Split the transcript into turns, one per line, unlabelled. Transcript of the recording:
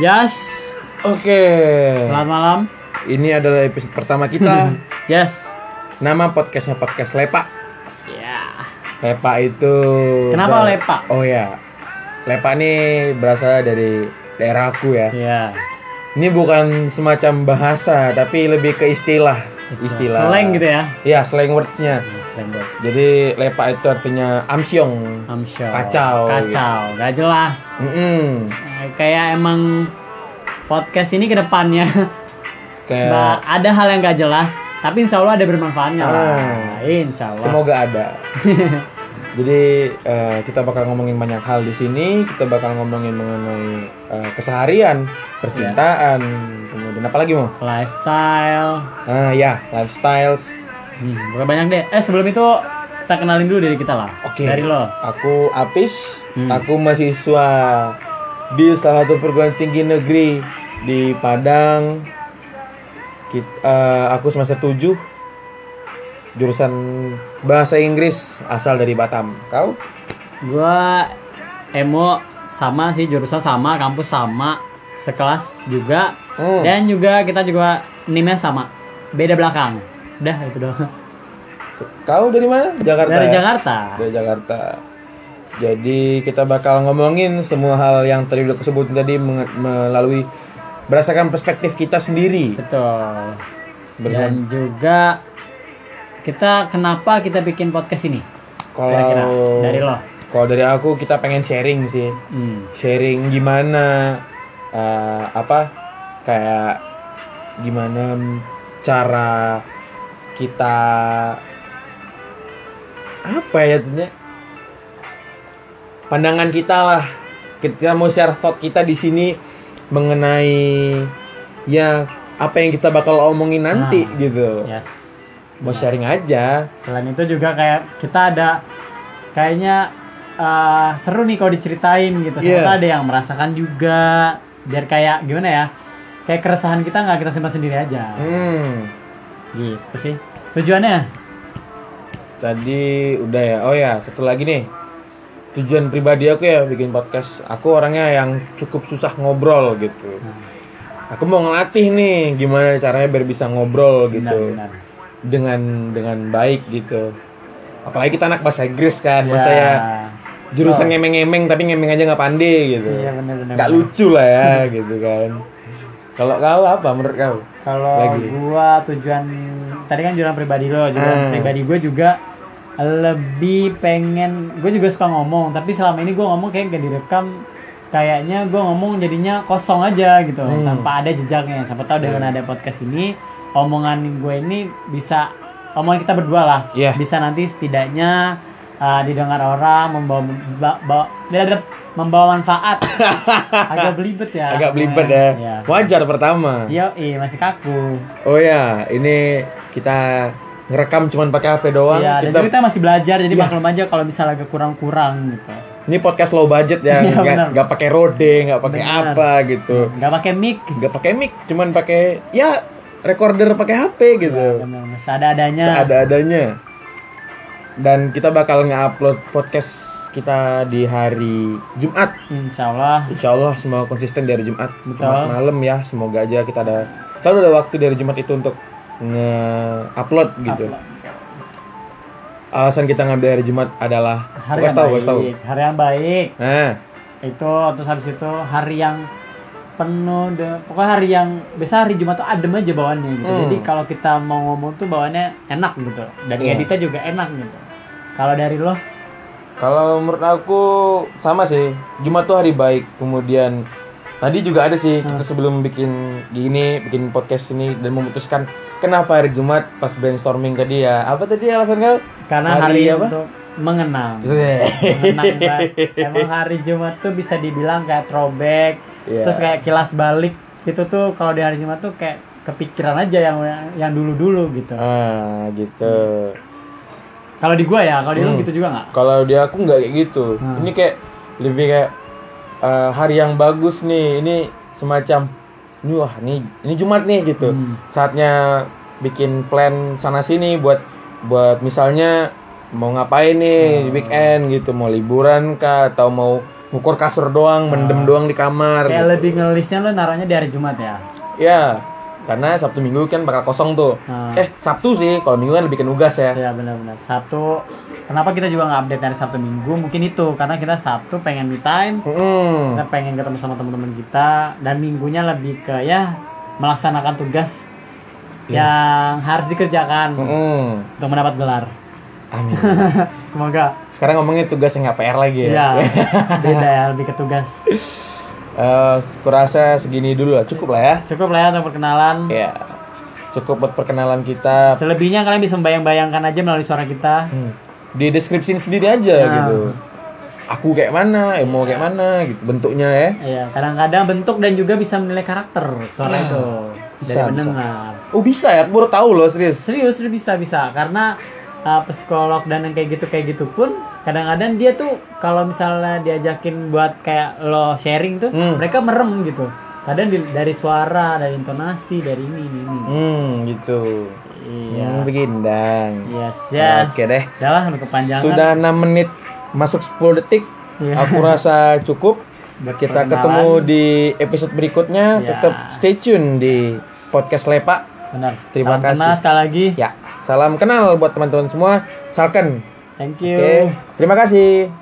Yes,
Oke.
selamat malam.
Ini adalah episode pertama kita.
Yes.
Nama podcastnya podcast Lepa.
Ya.
Lepa itu.
Kenapa Lepa?
Oh ya. Lepa nih berasal dari daerahku ya.
Ya.
Ini bukan semacam bahasa, tapi lebih ke istilah. Istilah.
Slang gitu ya.
Iya, slang wordsnya.
Ya, Slang buat
Jadi lepa itu artinya amsyong.
Amsyong.
Kacau.
Kacau. Gak jelas.
Mm-mm.
Eh, Kayak emang podcast ini kedepannya
Kayak
ba- ada hal yang gak jelas, tapi insya Allah ada bermanfaatnya lah.
Ah.
Insya Allah.
Semoga ada. Jadi eh, kita bakal ngomongin banyak hal di sini. Kita bakal ngomongin mengenai eh, keseharian, percintaan, kemudian apa lagi mau?
Lifestyle.
Ah ya, lifestyles.
Hmm, pokoknya banyak deh. Eh sebelum itu kita kenalin dulu dari kita lah.
Oke.
Dari lo.
Aku Apis.
Hmm.
Aku mahasiswa di salah satu perguruan tinggi negeri di Padang. Kit- eh, aku semester 7 jurusan bahasa Inggris asal dari Batam. Kau?
gua emo sama sih jurusan sama kampus sama sekelas juga
Hmm.
dan juga kita juga nimnya sama beda belakang udah itu doang
Kau dari mana? Jakarta.
dari
ya?
Jakarta
dari Jakarta. Jadi kita bakal ngomongin semua hal yang tadi udah kesebutin tadi menge- melalui berdasarkan perspektif kita sendiri.
betul dan
Benar.
juga kita kenapa kita bikin podcast ini kira-kira
Kalau
dari lo
kalau dari aku kita pengen sharing sih,
hmm.
sharing gimana eh, apa kayak gimana cara kita apa ya artinya pandangan kita lah kita mau share thought kita di sini mengenai ya apa yang kita bakal omongin nanti
Nah,
gitu
yes
mau sharing aja
selain itu juga kayak kita ada kayaknya eh, seru nih kalau diceritain gitu
Iya.
Soalnya ada yang merasakan juga biar kayak gimana ya kayak keresahan kita nggak kita simpan sendiri aja
hmm
gitu sih tujuannya
Tadi udah ya. Oh ya, satu lagi nih. Tujuan pribadi aku ya bikin podcast. Aku orangnya yang cukup susah ngobrol gitu.
Hmm.
Aku mau ngelatih nih gimana caranya biar bisa ngobrol
benar
gitu
benar
dengan dengan baik gitu. Apalagi kita anak bahasa Inggris
Ya.
kan, bahasa ya jurusan
Oh.
ngemeng-ngemeng tapi ngemeng aja nggak pandai gitu.
iya benar benar
Nggak lucu lah ya gitu kan. Kalau kau apa menurut kau?
kalau
Lagi.
gua tujuan tadi kan tujuan pribadi lo tujuan
Hmm.
pribadi gue juga lebih pengen gue juga suka ngomong tapi selama ini gue ngomong kayak gak direkam kayaknya gue ngomong jadinya kosong aja gitu
Hmm. Iya.
tanpa ada jejaknya siapa tahu dengan ada podcast ini omongan gue ini bisa omongan kita berdua lah
Iya.
bisa nanti setidaknya uh, didengar orang membawa memba- bawa- dadadap, membawa manfaat agak belibet ya
Agak belibet ya.
Iya.
Wajar pertama.
Yo, masih kaku.
Oh ya, ini kita ngerekam cuman pakai HP doang.
Iya, dan
kita,
juga kita masih belajar jadi
Iya.
maklum aja kalau misalnya agak kurang-kurang gitu.
ini podcast low budget ya,
Iya,
nggak
benar.
nggak pakai rode, nggak pakai
Benar.
apa gitu,
Nggak pakai mic.
nggak pakai mic, cuman pakai ya recorder pakai HP gitu,
Ada adanya.
ada adanya. Dan kita bakal nge-upload podcast kita di hari Jumat.
Insya Allah.
Insya Allah semua konsisten dari Jumat,
Betul.
Jumat malam ya. Semoga aja kita ada selalu ada waktu dari Jumat itu untuk nge-upload gitu.
upload.
alasan kita ngambil hari Jumat adalah
Hari
Gua
yang
kasih tahu, gua
baik.
kasih tahu.
Hari yang baik.
Nah,
Itu terus habis itu hari yang penuh de- pokoknya hari yang biasa hari Jumat tuh adem aja bawaannya gitu.
Hmm.
Jadi kalau kita mau ngomong tuh bawaannya enak gitu. Dan
Iya.
editnya juga enak gitu. Kalau dari lo,
kalau menurut aku sama sih. Jumat tuh hari baik. Kemudian tadi juga ada sih
Hmm.
kita sebelum bikin gini, bikin podcast ini dan memutuskan kenapa hari Jumat pas brainstorming tadi ya. Apa tadi alasan kau?
karena hari,
Hari apa?
untuk mengenang. menang banget. Emang hari Jumat tuh bisa dibilang kayak throwback,
Iya.
terus kayak kilas balik gitu tuh kalau di hari Jumat tuh kayak kepikiran aja yang yang dulu-dulu gitu.
Ah, gitu.
Kalau di gua ya, kalau di lu
Hmm.
gitu juga nggak?
Kalau dia aku nggak kayak gitu.
Hmm.
Ini kayak lebih kayak eh, hari yang bagus nih. Ini semacam ini wah nih ini Jumat nih gitu.
Hmm.
Saatnya bikin plan sana sini buat
Hmm.
buat misalnya mau ngapain nih di weekend gitu, mau liburan kah atau mau ngukur kasur doang, mendem doang di kamar.
Hmm. Kayak
gitu.
lebih ngelisnya lo naruhnya di hari Jumat ya.
Ya, karena Sabtu Minggu kan bakal kosong tuh.
Hmm.
Eh, Sabtu sih, kalau Minggu kan bikin nugas ya.
Iya benar-benar. Sabtu kenapa kita juga nggak update hari Sabtu Minggu? Mungkin itu karena kita Sabtu pengen me time,
Mm-mm.
kita pengen ketemu sama teman-teman kita dan minggunya lebih ke ya melaksanakan tugas
Iya.
yang harus dikerjakan
Mm-mm.
untuk mendapat gelar.
Amin.
Semoga
Sekarang ngomongin tugas yang PR lagi ya.
ya beda ya lebih ke tugas.
Eh, kurasa segini dulu lah, cukup lah ya.
Cukup lah ya untuk perkenalan.
Ya, cukup buat perkenalan kita.
Selebihnya kalian bisa membayang-bayangkan aja melalui suara kita.
Hmm. Di deskripsi sendiri aja
Nah.
gitu. Aku kayak mana, Emo kayak mana, gitu bentuknya ya.
Iya, kadang-kadang bentuk dan juga bisa menilai karakter suara
Ya,
itu
bisa,
dari
bisa.
pendengar.
Oh bisa ya, aku baru tahu loh serius.
serius lu bisa bisa karena uh, psikolog dan yang kayak gitu kayak gitu pun kadang-kadang dia tuh kalau misalnya diajakin buat kayak lo sharing tuh
Hmm.
mereka merem gitu kadang di- dari suara dari intonasi dari ini ini, ini.
Hmm, gitu.
iya
Hmm, begindang.
yes yes
Oke deh.
udah lah udah kepanjangan
Sudah 6 menit masuk 10 detik.
Iya.
Aku rasa cukup.
Buat
Kita
perkenalan.
ketemu di episode berikutnya.
Ya.
Tetap stay tune di podcast Lepak.
benar
Terima
Salam kenal
kasih.
sekali lagi
Ya, salam kenal buat teman-teman semua. Salken.
thank
Oke.
you
Terima kasih.